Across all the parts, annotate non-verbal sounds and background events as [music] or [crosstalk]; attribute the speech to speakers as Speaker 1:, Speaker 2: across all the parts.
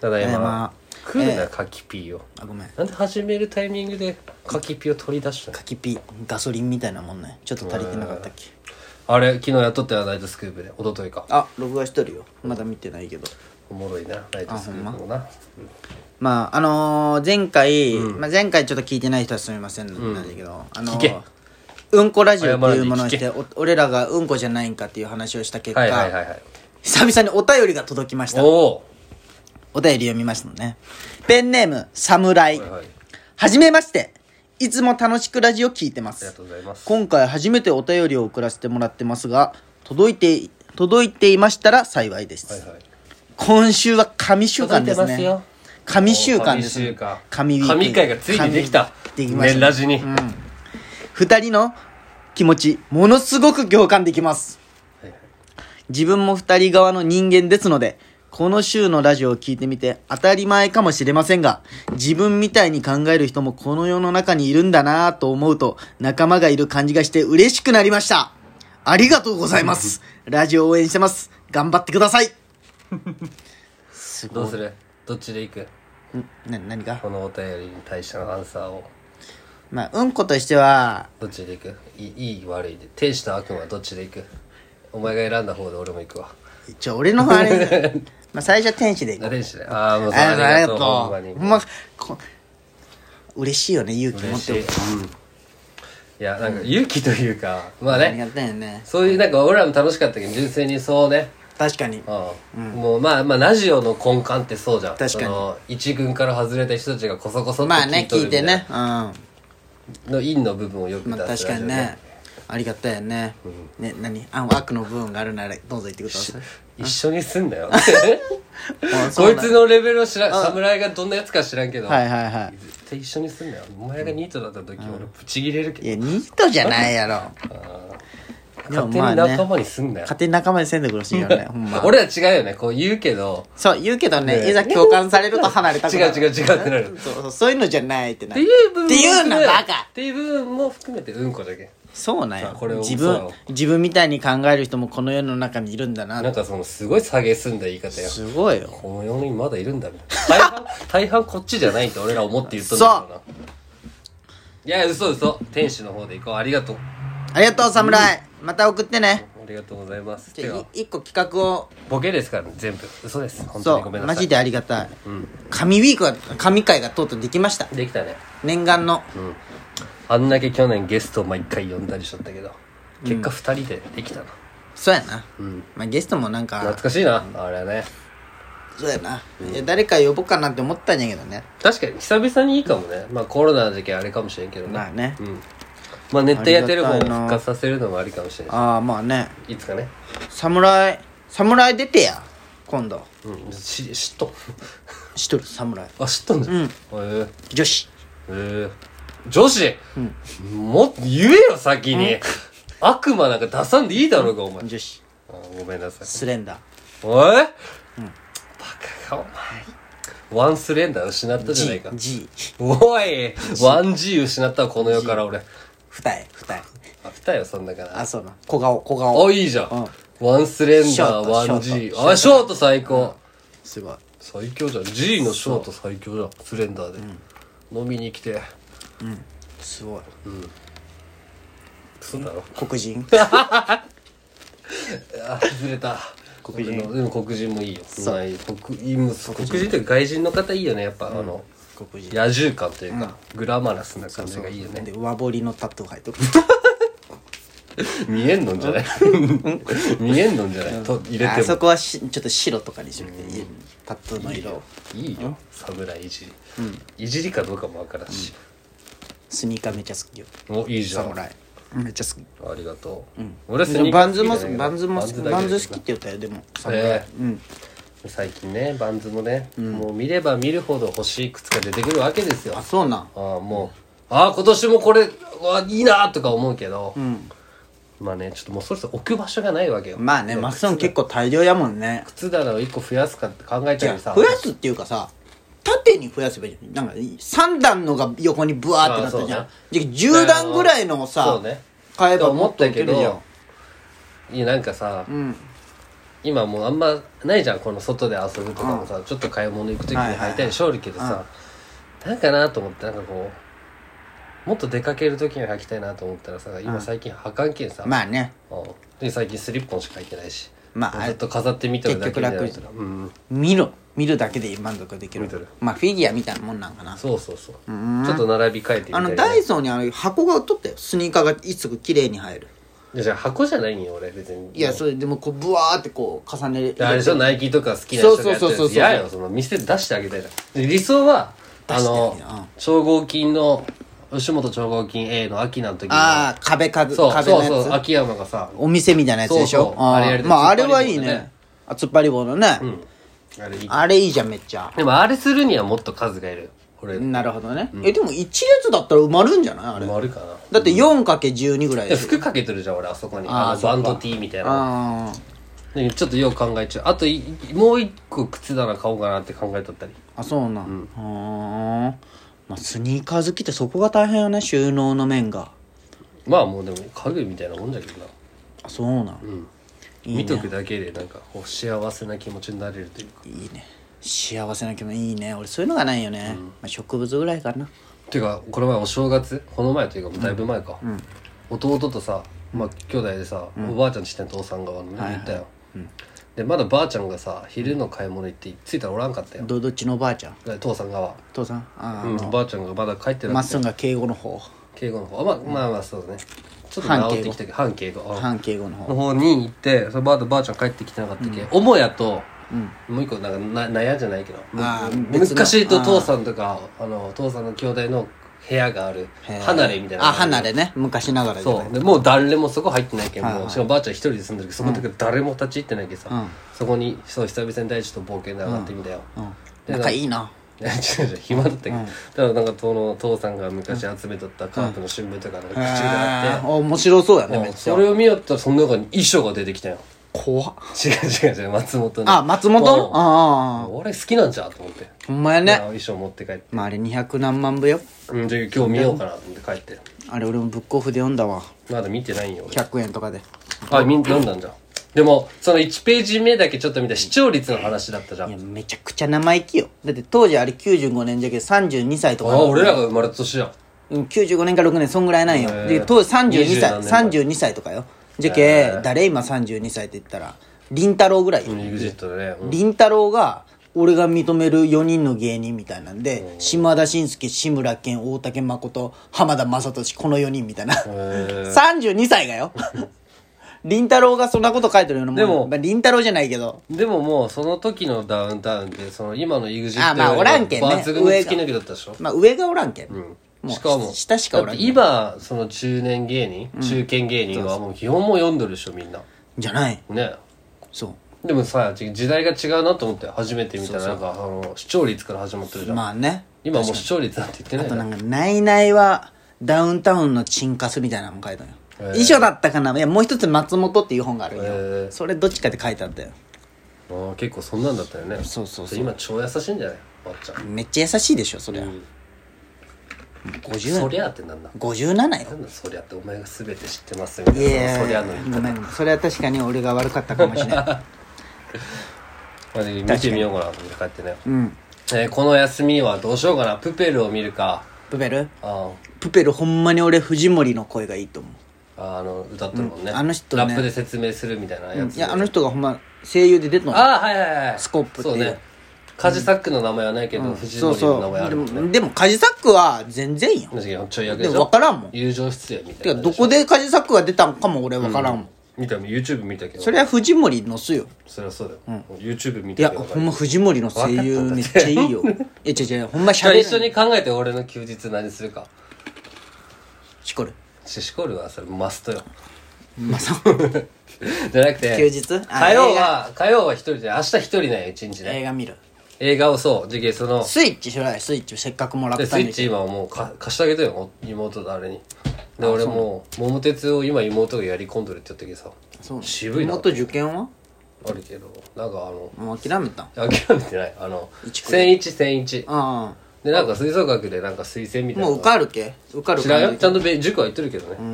Speaker 1: ただいま、
Speaker 2: ま
Speaker 1: 来る
Speaker 2: え
Speaker 1: な
Speaker 2: ー
Speaker 1: カキピーを
Speaker 2: あごめん
Speaker 1: なんで始めるタイミングでカキピーを取り出したの
Speaker 2: カキピガソリンみたいなもんねちょっと足りてなかったっけ
Speaker 1: あれ昨日やっとったよナイトスクープで一昨日か
Speaker 2: あ録画しとるよまだ見てないけど
Speaker 1: おもろいなナイトスクープもな、うん
Speaker 2: まああのー前回、まあ、前回ちょっと聞いてない人はすみませんなんだけど、あのー
Speaker 1: 聞け
Speaker 2: うんこラジオっていうものをし
Speaker 1: 謝
Speaker 2: てお俺らがうんこじゃないんかっていう話をした結果、
Speaker 1: はいはいはいはい
Speaker 2: 久々にお便りが届きました
Speaker 1: おお
Speaker 2: お便り読みましたのねペンネームサムライ
Speaker 1: ーはいはいあ
Speaker 2: はじめましていつも楽しくラジオ聞いてま
Speaker 1: りが
Speaker 2: す
Speaker 1: とうございます
Speaker 2: 今回初めてお便りを送らせてもらってますが届いて届いていましたら幸いです、
Speaker 1: はいはい
Speaker 2: 今週は神週間です
Speaker 1: 届いてます
Speaker 2: ね
Speaker 1: よ
Speaker 2: 神週間です
Speaker 1: おー神週間
Speaker 2: ウィー
Speaker 1: 神
Speaker 2: ク
Speaker 1: 回がついにできた
Speaker 2: 神できました
Speaker 1: 年ラジに
Speaker 2: うん、2人の気持ちものすごく共感できます
Speaker 1: はいはい
Speaker 2: 自分も2人側の人間ですのでこの週のラジオを聞いてみて当たり前かもしれませんが自分みたいに考える人もこの世の中にいるんだなぁと思うと仲間がいる感じがして嬉しくなりましたありがとうございますラジオ応援してます頑張ってくださいす
Speaker 1: どうするどっちでいく
Speaker 2: な何が
Speaker 1: このお便りに対してのアンサーを
Speaker 2: まあうんことしては
Speaker 1: どっちでいくいいいい悪いで天使と悪魔はどっちでいくお前が選んだ方で俺も行くわ
Speaker 2: ちょ俺の方あれ
Speaker 1: [laughs]
Speaker 2: まあ最初は天使でいこ
Speaker 1: あ
Speaker 2: う
Speaker 1: 天使でああもうそう
Speaker 2: あ
Speaker 1: あ
Speaker 2: り
Speaker 1: り
Speaker 2: が
Speaker 1: が
Speaker 2: と
Speaker 1: と
Speaker 2: う
Speaker 1: う
Speaker 2: ほ
Speaker 1: ほんま
Speaker 2: んまに
Speaker 1: に
Speaker 2: こ嬉しいよね勇気持
Speaker 1: 嬉
Speaker 2: っ
Speaker 1: してい、うん、いやなんか勇気というか、まあ
Speaker 2: あり
Speaker 1: ね
Speaker 2: がたいよね
Speaker 1: そういうなんか俺らも楽しかったけど純粋にそうね
Speaker 2: 確かに
Speaker 1: うんもうまあまあラジオの根幹ってそうじゃん
Speaker 2: 確かに
Speaker 1: その一軍から外れた人たちがこそこそっと
Speaker 2: まあ
Speaker 1: 聞
Speaker 2: ね
Speaker 1: いとる
Speaker 2: 聞い
Speaker 1: みた
Speaker 2: て
Speaker 1: いな
Speaker 2: ねうんま
Speaker 1: の陰の部分をよく出
Speaker 2: あ
Speaker 1: すラジ
Speaker 2: 確
Speaker 1: オ
Speaker 2: かにねありがたいよねね何あ悪の部分があるならどうぞ言ってく
Speaker 1: [laughs]
Speaker 2: ださい
Speaker 1: 一緒にすんなよ [laughs]
Speaker 2: あそ
Speaker 1: こ
Speaker 2: う
Speaker 1: い
Speaker 2: なん
Speaker 1: つのレベルを知らん侍がどんなやつか知らんけど、
Speaker 2: はいはいは
Speaker 1: 絶対一緒にすんなよお前がニートだった時、俺ブチギレるけ
Speaker 2: い
Speaker 1: ど
Speaker 2: いやニートじゃないやろでも
Speaker 1: 勝手
Speaker 2: まあ
Speaker 1: に
Speaker 2: ね
Speaker 1: 仲間にすんなよ、
Speaker 2: 勝手に仲間にせんでくれしいよね
Speaker 1: [laughs]
Speaker 2: ほんま
Speaker 1: 俺ら違うよねこう言うけど
Speaker 2: そう言うけどね
Speaker 1: ね
Speaker 2: いざ共感されると離れたく
Speaker 1: 違う
Speaker 2: なる
Speaker 1: 違う違うってなる
Speaker 2: そうそうそういうのじゃないって
Speaker 1: っ
Speaker 2: な
Speaker 1: ていう部分も
Speaker 2: っていうの
Speaker 1: 含め
Speaker 2: バカ
Speaker 1: っていう部分も含めてうんこだけ
Speaker 2: そうなん
Speaker 1: さ
Speaker 2: よ
Speaker 1: あこれを
Speaker 2: 自
Speaker 1: そう
Speaker 2: 分
Speaker 1: よ
Speaker 2: 自分みたいに考える人もこの世の中にいるんだな
Speaker 1: なんかそのすごい下げすんだ言い方よ
Speaker 2: すごいよ
Speaker 1: この世にまだいるんだみたいな大半大半こっちじゃないって俺ら思って言ったんだけどないや嘘嘘天使の方で行こうありがとう
Speaker 2: ありがとう侍また送ってね
Speaker 1: ありがとうございます
Speaker 2: じ
Speaker 1: て
Speaker 2: ゃあ
Speaker 1: か
Speaker 2: い一個企画を
Speaker 1: ボケですからね全部嘘です本当
Speaker 2: そ
Speaker 1: にご
Speaker 2: う
Speaker 1: めんな
Speaker 2: マ
Speaker 1: さい
Speaker 2: ジでありがたい
Speaker 1: うん
Speaker 2: 神ウィークは神会がとうとうできました
Speaker 1: できたね
Speaker 2: 念願の
Speaker 1: うんあんだけ去年ゲストを毎回呼んだりしとったけど結果2人でできたな
Speaker 2: そうやな
Speaker 1: うん
Speaker 2: まあゲストもなん
Speaker 1: 懐
Speaker 2: か
Speaker 1: かしいなあれね
Speaker 2: そうやないや誰か呼ぼうかなって思ったんやけどね
Speaker 1: 確かに久々にいいかもねまあコロナの時期あれかもしれんけどね
Speaker 2: まあね
Speaker 1: うんまあネットやってる方
Speaker 2: あ
Speaker 1: を
Speaker 2: りがたいな
Speaker 1: 復活させるのもありかもしれない
Speaker 2: ああまあね
Speaker 1: いつかね
Speaker 2: 侍侍出てや今度
Speaker 1: うんし知っとん
Speaker 2: しとる
Speaker 1: [laughs]
Speaker 2: 侍
Speaker 1: あ知っとんじゃん
Speaker 2: うん
Speaker 1: へえ
Speaker 2: 女子
Speaker 1: ええ女子、もっと言えよ先に、悪魔なんか出さんでいいだろうがお前、
Speaker 2: 女子
Speaker 1: あごめんなさい
Speaker 2: スレンダー
Speaker 1: おい、バカかお前ワンスレンダー失ったじゃない
Speaker 2: G
Speaker 1: か
Speaker 2: G
Speaker 1: おいワン G 失ったわこの世から俺
Speaker 2: 二重二重
Speaker 1: あ来たよそんなから
Speaker 2: あそうな小顔小顔
Speaker 1: あいいじゃん、ワンスレンダーワン G
Speaker 2: ショートショート
Speaker 1: あショート最高、
Speaker 2: すごい
Speaker 1: 最強じゃん G のショート最強じゃんスレンダーで、飲みに来て
Speaker 2: すごい
Speaker 1: そうだろ
Speaker 2: 黒人
Speaker 1: [laughs] あ外れた
Speaker 2: 黒人
Speaker 1: 俺のでも黒人もいいよ
Speaker 2: そう
Speaker 1: ない黒人もそう黒人っていうか外人の方いいよねやっぱ、あの
Speaker 2: 黒人
Speaker 1: 野獣感というか、グラマラスな感じがいいよね
Speaker 2: で上彫りのタトゥー入っとる
Speaker 1: 見えんのんじゃない [laughs] 見えんのんじゃない、と入れ
Speaker 2: あ
Speaker 1: て
Speaker 2: そ
Speaker 1: も
Speaker 2: こはしちょっと白とかにしようってタトゥーの色
Speaker 1: いいよ侍いじり、いじりかどうかもわからんし、
Speaker 2: スニーカーめっちゃ好きよ
Speaker 1: おいいじゃんあ
Speaker 2: 侍めっちゃ好
Speaker 1: りがとう、俺スニー
Speaker 2: き
Speaker 1: カ
Speaker 2: バ
Speaker 1: ー
Speaker 2: ン
Speaker 1: 好
Speaker 2: ズ
Speaker 1: き
Speaker 2: も
Speaker 1: じゃないけど
Speaker 2: バンズも好き
Speaker 1: だ
Speaker 2: バ
Speaker 1: け
Speaker 2: ン
Speaker 1: で
Speaker 2: ズ好きって言ったよでも
Speaker 1: え
Speaker 2: 侍うん
Speaker 1: 最近ねバンズもね、もう見れば見るほど欲しい靴が出てくるわけですよ
Speaker 2: あそうなん
Speaker 1: ああもうああ今年もこれわいいなとか思うけど、まあねちょっともうそろそろ置く場所がないわけよ
Speaker 2: まあねマッソン結構大量やもんね
Speaker 1: 靴棚を1個増やすかって考え
Speaker 2: じ
Speaker 1: た
Speaker 2: ゃ
Speaker 1: りさ
Speaker 2: 増やすっていうかさ縦に増やせばいいじゃんなんか3段のが横にブワーってなったじゃ
Speaker 1: あ
Speaker 2: んじゃあ10段ぐらいのを
Speaker 1: そ
Speaker 2: さ
Speaker 1: うね
Speaker 2: 買えば
Speaker 1: と思
Speaker 2: も
Speaker 1: っ
Speaker 2: っと
Speaker 1: た
Speaker 2: いけ
Speaker 1: け
Speaker 2: るじゃん
Speaker 1: どいやなんかさ、
Speaker 2: うん
Speaker 1: 今もうあんまないじゃんこの外で遊ぶとかもさ、ちょっと買い物行く時に
Speaker 2: はいはい
Speaker 1: 履いたりしょるけどさ、なんかなと思ってなんかこうもっと出かける時に履きたいなと思ったらさ今最近履かんけんさ、
Speaker 2: まあね
Speaker 1: うんで最近スリッポンしか履いてないし、
Speaker 2: まあ
Speaker 1: ずっと飾ってみとるだけじゃない
Speaker 2: 結局
Speaker 1: うん
Speaker 2: 見ろ見るだけで満足できる
Speaker 1: 見てる
Speaker 2: まあフィギュアみたいなもんなんかな
Speaker 1: そうそうそう
Speaker 2: うん
Speaker 1: ちょっと並び替えてみた
Speaker 2: あ
Speaker 1: いな
Speaker 2: のダイソーにあの箱が売っとったよスニーカーがいつぐ綺麗に入る
Speaker 1: いやじゃあ箱じゃないんよ俺別に
Speaker 2: いやそれでもこうブワーってこう重ねる
Speaker 1: であれでしょナイキとか好きな人がやって
Speaker 2: そうそうそうそう
Speaker 1: る
Speaker 2: そう
Speaker 1: やよその店出してあげたいなで理想はあの
Speaker 2: 出してあげるうん
Speaker 1: 超合金の吉本超合金 A の秋の時に
Speaker 2: ああ壁数
Speaker 1: そう
Speaker 2: 壁
Speaker 1: そう
Speaker 2: の
Speaker 1: そ
Speaker 2: や
Speaker 1: う
Speaker 2: つ
Speaker 1: 秋山がさ
Speaker 2: お店みたいなやつでし
Speaker 1: そう
Speaker 2: ょ
Speaker 1: そう
Speaker 2: あ
Speaker 1: あれや
Speaker 2: あ
Speaker 1: る
Speaker 2: まああれ
Speaker 1: 突っ張
Speaker 2: はい
Speaker 1: り
Speaker 2: い
Speaker 1: 棒のね
Speaker 2: ねあ突っ張り棒のね
Speaker 1: うんあれいい
Speaker 2: あれいいじゃんめっちゃ
Speaker 1: でもあれするにはもっと数がいる俺
Speaker 2: なるほどねえでも1列だったら埋まるんじゃないあれ
Speaker 1: 丸かな
Speaker 2: だって 4×12 ぐらい
Speaker 1: で
Speaker 2: でしょ
Speaker 1: 服かけてるじゃん俺あそこに
Speaker 2: あー
Speaker 1: あの
Speaker 2: そっ
Speaker 1: バ
Speaker 2: か
Speaker 1: ンド T みたいな
Speaker 2: あー
Speaker 1: でちょっとよう考え中あといもう一個靴棚買おうかなって考えとったり
Speaker 2: あそうなんふーんまあスニーカー好きってそこが大変よね収納の面が
Speaker 1: まあもうでも家具みたいなもんじゃけどな
Speaker 2: あそうなん
Speaker 1: うん
Speaker 2: いいね
Speaker 1: 見とくだけでなんかこう幸せな気持ちになれるというか
Speaker 2: いいね幸せな気分いいね俺そういうのがないよね、まあ、植物ぐらいかな
Speaker 1: ていうかこの前お正月この前というかだいぶ前か、弟とさ、まあ、兄弟でさ、おばあちゃんちの父さん側のね行ったよ、でまだばあちゃんがさ昼の買い物行って着いたらおらんかったよ、
Speaker 2: どどっちのおばあちゃん
Speaker 1: で父さん側、
Speaker 2: 父さんああ、
Speaker 1: うん、おばあちゃんがまだ帰って
Speaker 2: ま
Speaker 1: な
Speaker 2: っ
Speaker 1: くて
Speaker 2: すんが敬語の方
Speaker 1: 敬語の方あまあまあまあそうだねちょっと治ってきたけど半敬語うん
Speaker 2: 反敬語の方
Speaker 1: の方に行ってそのばあとばあちゃん帰ってきてなかったっけ、母屋と、もう一個なんかな納屋じゃないけど
Speaker 2: あー別の
Speaker 1: 昔と父さんとかあの父さんの兄弟の部屋がある
Speaker 2: へー
Speaker 1: 離れみたいな
Speaker 2: あ離れね昔ながらじゃな
Speaker 1: そ
Speaker 2: いう
Speaker 1: でもう誰もそこ入ってないけん、
Speaker 2: はいはい
Speaker 1: もうしかもばあちゃん一人で住んでるけどそこの時誰も立ち入ってないけどさ、
Speaker 2: うん
Speaker 1: そこにそう久々に大地と冒険で上がってみたよ、
Speaker 2: うん、仲いいな
Speaker 1: ね違う違う暇だったけど、ただなんかその父さんが昔集めとったカープの新聞とかの口
Speaker 2: へ
Speaker 1: があって、
Speaker 2: ーあ面白そうやねめっちゃ
Speaker 1: それを見よったらその中に衣装が出てきたよ
Speaker 2: 怖っ
Speaker 1: 違う違う違う松本の
Speaker 2: あ松本
Speaker 1: もう
Speaker 2: ああ
Speaker 1: 俺好きなんじゃと思って
Speaker 2: ほんまや
Speaker 1: いや
Speaker 2: ね
Speaker 1: 衣装持って帰って
Speaker 2: まああれ200何万部よ
Speaker 1: うんじゃあ今日見ようかなと思って帰って
Speaker 2: あれ俺もブックオフで読んだわ
Speaker 1: まだ見てないんよ俺
Speaker 2: 100円とかで
Speaker 1: あみん読んだんじゃんでもその1ページ目だけちょっと見た視聴率の話だったじゃ
Speaker 2: いや
Speaker 1: ん
Speaker 2: めちゃくちゃ生意気よだって当時あれ95年じゃけど32歳とか
Speaker 1: あ俺らが生まれた年じゃん
Speaker 2: うん95年か6年そんぐらいなんよ
Speaker 1: へー
Speaker 2: で当時32歳
Speaker 1: 20何
Speaker 2: 32歳とかよじゃけ誰今32歳って言ったら凛太郎ぐらいよ
Speaker 1: EXIT でね、うん
Speaker 2: 凛太郎が俺が認める4人の芸人みたいなんで島田紳介志村けん大竹誠浜田雅俊この4人みたいな32歳
Speaker 1: [laughs]
Speaker 2: がよ凛太郎がそんなこと書いてるようなもん
Speaker 1: でも
Speaker 2: まあ凛太郎じゃないけど
Speaker 1: でももうその時のダウンタウンってその今の EXIT
Speaker 2: あまあおらんけんね
Speaker 1: 抜群の突き抜けだったでしょ
Speaker 2: まあ上がおらんけん、もう
Speaker 1: しかも
Speaker 2: 下しかおら
Speaker 1: だっ
Speaker 2: ん
Speaker 1: て
Speaker 2: けん
Speaker 1: 今その中年芸人、中堅芸人はもう基本も読んどるでしょみんな
Speaker 2: じゃない
Speaker 1: ね
Speaker 2: そ
Speaker 1: でもさ時代が違うなと思って初めて見たらなんかあの視聴率から始まってるじ
Speaker 2: う
Speaker 1: ゃん、
Speaker 2: まあね
Speaker 1: 今もう視聴率なんて言ってな
Speaker 2: あ
Speaker 1: い
Speaker 2: と
Speaker 1: じゃ
Speaker 2: なんんか「ないない」はダウンタウンのチンカスみたいなのも書いたのよ、
Speaker 1: へー
Speaker 2: 遺書だったかないやもう一つ松本っていう本があるんよ、
Speaker 1: へー
Speaker 2: それどっちかって書いてあったよ
Speaker 1: あー結構そんなんだったよね
Speaker 2: そうそうそう
Speaker 1: 今超優しいんじゃないばっちゃん
Speaker 2: めっちゃ優しいでしょそりゃ、
Speaker 1: そ
Speaker 2: 50
Speaker 1: りゃあってなんだ
Speaker 2: 57よ
Speaker 1: なんだそりゃってお前が全て知ってますみたい
Speaker 2: い
Speaker 1: な
Speaker 2: や
Speaker 1: そのそ
Speaker 2: い
Speaker 1: りゃ
Speaker 2: や
Speaker 1: の言い
Speaker 2: ごめんそれは確かに俺が悪かったかもしれ
Speaker 1: [laughs]
Speaker 2: ない
Speaker 1: まあで見てみようかなと思って帰ってね、
Speaker 2: うん
Speaker 1: えーこの休みはどうしようかなプペルを見るか
Speaker 2: プペル
Speaker 1: あ
Speaker 2: プペルほんまに俺藤森の声がいいと思
Speaker 1: ーあーあの歌ってるもんね、
Speaker 2: うんあの人ね
Speaker 1: ラップで説明するみたいなや
Speaker 2: う
Speaker 1: つ
Speaker 2: いやあの人がほんま声優で出てんの
Speaker 1: ああはいはいはい
Speaker 2: スコップってい
Speaker 1: そううねカジサックの名前はないけど、藤
Speaker 2: そう
Speaker 1: 森の名
Speaker 2: そ
Speaker 1: 前あ
Speaker 2: うで
Speaker 1: るもんね
Speaker 2: もでもカジサックは全然よ
Speaker 1: 確かにちょい役
Speaker 2: で
Speaker 1: でし
Speaker 2: も
Speaker 1: ょ
Speaker 2: 分からんもん
Speaker 1: 友情出演みた
Speaker 2: て
Speaker 1: い
Speaker 2: か
Speaker 1: な
Speaker 2: どこでカジサックが出たんかも俺分からんもん、
Speaker 1: 見た YouTube 見たけど
Speaker 2: それは藤森のすよ
Speaker 1: それはそうだよ、YouTube 見
Speaker 2: い
Speaker 1: た
Speaker 2: や
Speaker 1: けど
Speaker 2: ほんま藤森の声優めっちゃい
Speaker 1: [laughs]
Speaker 2: いよいや違う違うほんまし
Speaker 1: じゃ
Speaker 2: ゃ
Speaker 1: あ
Speaker 2: べ
Speaker 1: 一緒
Speaker 2: る
Speaker 1: に考えて俺の休日何するか
Speaker 2: しこる
Speaker 1: シシコールはそれマストよ [laughs]
Speaker 2: まあそう
Speaker 1: じゃなくて
Speaker 2: 休日あ
Speaker 1: 火曜は火曜は一人で明日一人なんよ一日
Speaker 2: 映
Speaker 1: ね
Speaker 2: 画見る
Speaker 1: 映画をそう次元その
Speaker 2: スイッチしろよスイッチせっかくもらっ
Speaker 1: で
Speaker 2: た
Speaker 1: ス
Speaker 2: ん
Speaker 1: イ
Speaker 2: で
Speaker 1: ッチ今もうか貸してあげたよ妹とあれにで俺もう桃鉄を今妹がやり込んどるって言ったけどさ
Speaker 2: そう
Speaker 1: 渋いな
Speaker 2: 妹受験は
Speaker 1: あるけどなんかあの
Speaker 2: もう諦めた
Speaker 1: 諦めてないあの
Speaker 2: 一
Speaker 1: 千一千一
Speaker 2: ああ
Speaker 1: でなんか吹奏楽でなんか推薦みたいな
Speaker 2: もう受かるけ受かる
Speaker 1: 知らんよちゃん
Speaker 2: と
Speaker 1: とべ塾は行ってるけどね、
Speaker 2: うー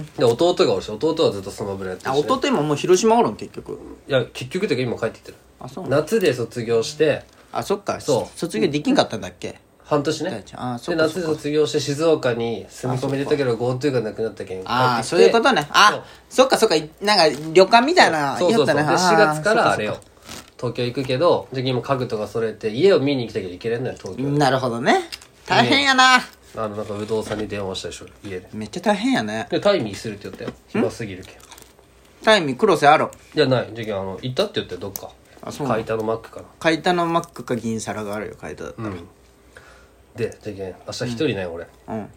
Speaker 2: ん
Speaker 1: で弟がおるし弟はずっとスマブラやってる
Speaker 2: あ
Speaker 1: し、
Speaker 2: 弟今もう広島おるん結局
Speaker 1: いや結局てか今帰ってきてる
Speaker 2: あそう
Speaker 1: 夏で卒業して
Speaker 2: あそっか
Speaker 1: そう
Speaker 2: そ卒業できんかったんだっけ
Speaker 1: 半年ね
Speaker 2: 大ちゃんあそ
Speaker 1: で
Speaker 2: っか
Speaker 1: 夏
Speaker 2: そ
Speaker 1: で
Speaker 2: っか
Speaker 1: 卒業して静岡に住み込み出たけど GoTo がなくなったけん帰ってきて
Speaker 2: ああそういうことね
Speaker 1: そう
Speaker 2: あそっかそっかいなんか旅館みたいな
Speaker 1: そうそうそう
Speaker 2: 言
Speaker 1: で
Speaker 2: いよったね
Speaker 1: 4
Speaker 2: あー
Speaker 1: 月からあれよ東京行くけど時今家具とか揃えて家を見に来たけど行けれんのよ東京
Speaker 2: なるほどね大変やな、
Speaker 1: あのなんか不動産に電話したでしょ家で
Speaker 2: めっちゃ大変やね
Speaker 1: でタイミーするって言ったよ暇すぎるけん
Speaker 2: タイミー黒瀬あろ
Speaker 1: じゃない時あの行ったって言ったよどっか
Speaker 2: あそうなの
Speaker 1: 買いたのマックかな
Speaker 2: 海田のマックか銀皿があるよ海田だったら
Speaker 1: うんで時明日一人ね、俺
Speaker 2: うん、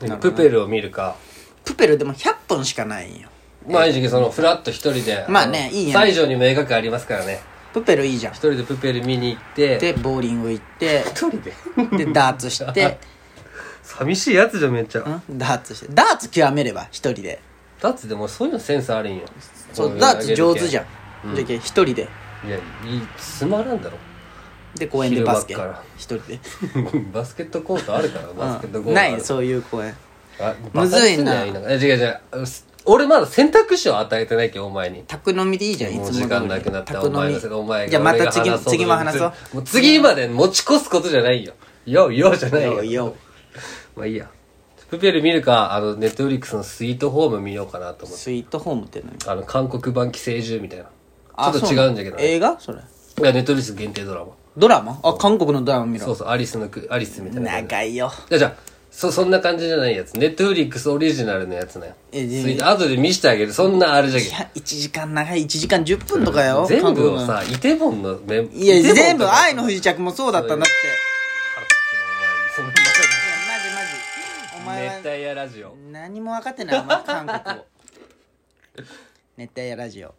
Speaker 1: でプペルを見るか
Speaker 2: プペルでも100本しかないんよ
Speaker 1: まあ一時そのフラッと一人で
Speaker 2: まあね
Speaker 1: の
Speaker 2: いいやん
Speaker 1: 西条にも映画館ありますからね
Speaker 2: プペルいいじゃん
Speaker 1: 一人でプペル見に行って
Speaker 2: でボーリング行って
Speaker 1: 一人で
Speaker 2: でダーツして、
Speaker 1: [laughs] 寂しいやつじゃんめっちゃ、
Speaker 2: うん、ダーツしてダーツ極めれば一人で
Speaker 1: ダーツでもそういうのセンスあるんよ
Speaker 2: そうダーツ上手じゃん
Speaker 1: ん、
Speaker 2: じゃけ一人で
Speaker 1: いやいいつまらんだろ [laughs]
Speaker 2: で公園でバスケ
Speaker 1: 昼間から
Speaker 2: 一人で、
Speaker 1: バスケットコートあるからバスケットコー
Speaker 2: う
Speaker 1: ト
Speaker 2: ん、ない
Speaker 1: うん
Speaker 2: そういう公園
Speaker 1: む
Speaker 2: む
Speaker 1: ず
Speaker 2: ず
Speaker 1: い
Speaker 2: い
Speaker 1: な
Speaker 2: な
Speaker 1: 言いながらいや違う違ううっ俺まだ選択肢を与えてないけどお前に
Speaker 2: 宅飲みでいいじゃんいつ
Speaker 1: も
Speaker 2: も
Speaker 1: う
Speaker 2: 通り
Speaker 1: 時間なくなったお前がそれお前が
Speaker 2: じゃあま
Speaker 1: 俺
Speaker 2: た
Speaker 1: が
Speaker 2: 次
Speaker 1: 話そうと
Speaker 2: 次も話そう
Speaker 1: もう次まで持ち越すことじゃないよようようじゃないよ
Speaker 2: ようよ
Speaker 1: まあいいやプペル見るかあのネットフリックスのスイートホーム見ようかなと思って
Speaker 2: スイートホームって何
Speaker 1: あの韓国版寄生獣みたいな
Speaker 2: あ
Speaker 1: ちょっと
Speaker 2: そ
Speaker 1: 違
Speaker 2: な
Speaker 1: うんじゃけどね
Speaker 2: 映画それ
Speaker 1: いやネットフリックス限定ドラマ
Speaker 2: ドラマあ韓国のドラマ見
Speaker 1: そ
Speaker 2: ろ
Speaker 1: うそうアリスのくアリスみたいな感じ
Speaker 2: 長いよ
Speaker 1: じゃあじゃあそそんな感じじゃないやつネットフリックスオリジナルのやつね
Speaker 2: えで
Speaker 1: あとで見してあげるそんなあれじゃ
Speaker 2: い
Speaker 1: け
Speaker 2: や1時間長い1時間10分とかよ
Speaker 1: 全部を
Speaker 2: 韓国の
Speaker 1: さイテボンのメン
Speaker 2: いや全部「愛の
Speaker 1: お前
Speaker 2: 不時着」もそうだったんだって
Speaker 1: その
Speaker 2: いやマジマジお前は
Speaker 1: 熱帯夜ラジオ
Speaker 2: [laughs] 何も分かってないお前韓国を熱帯夜ラジオ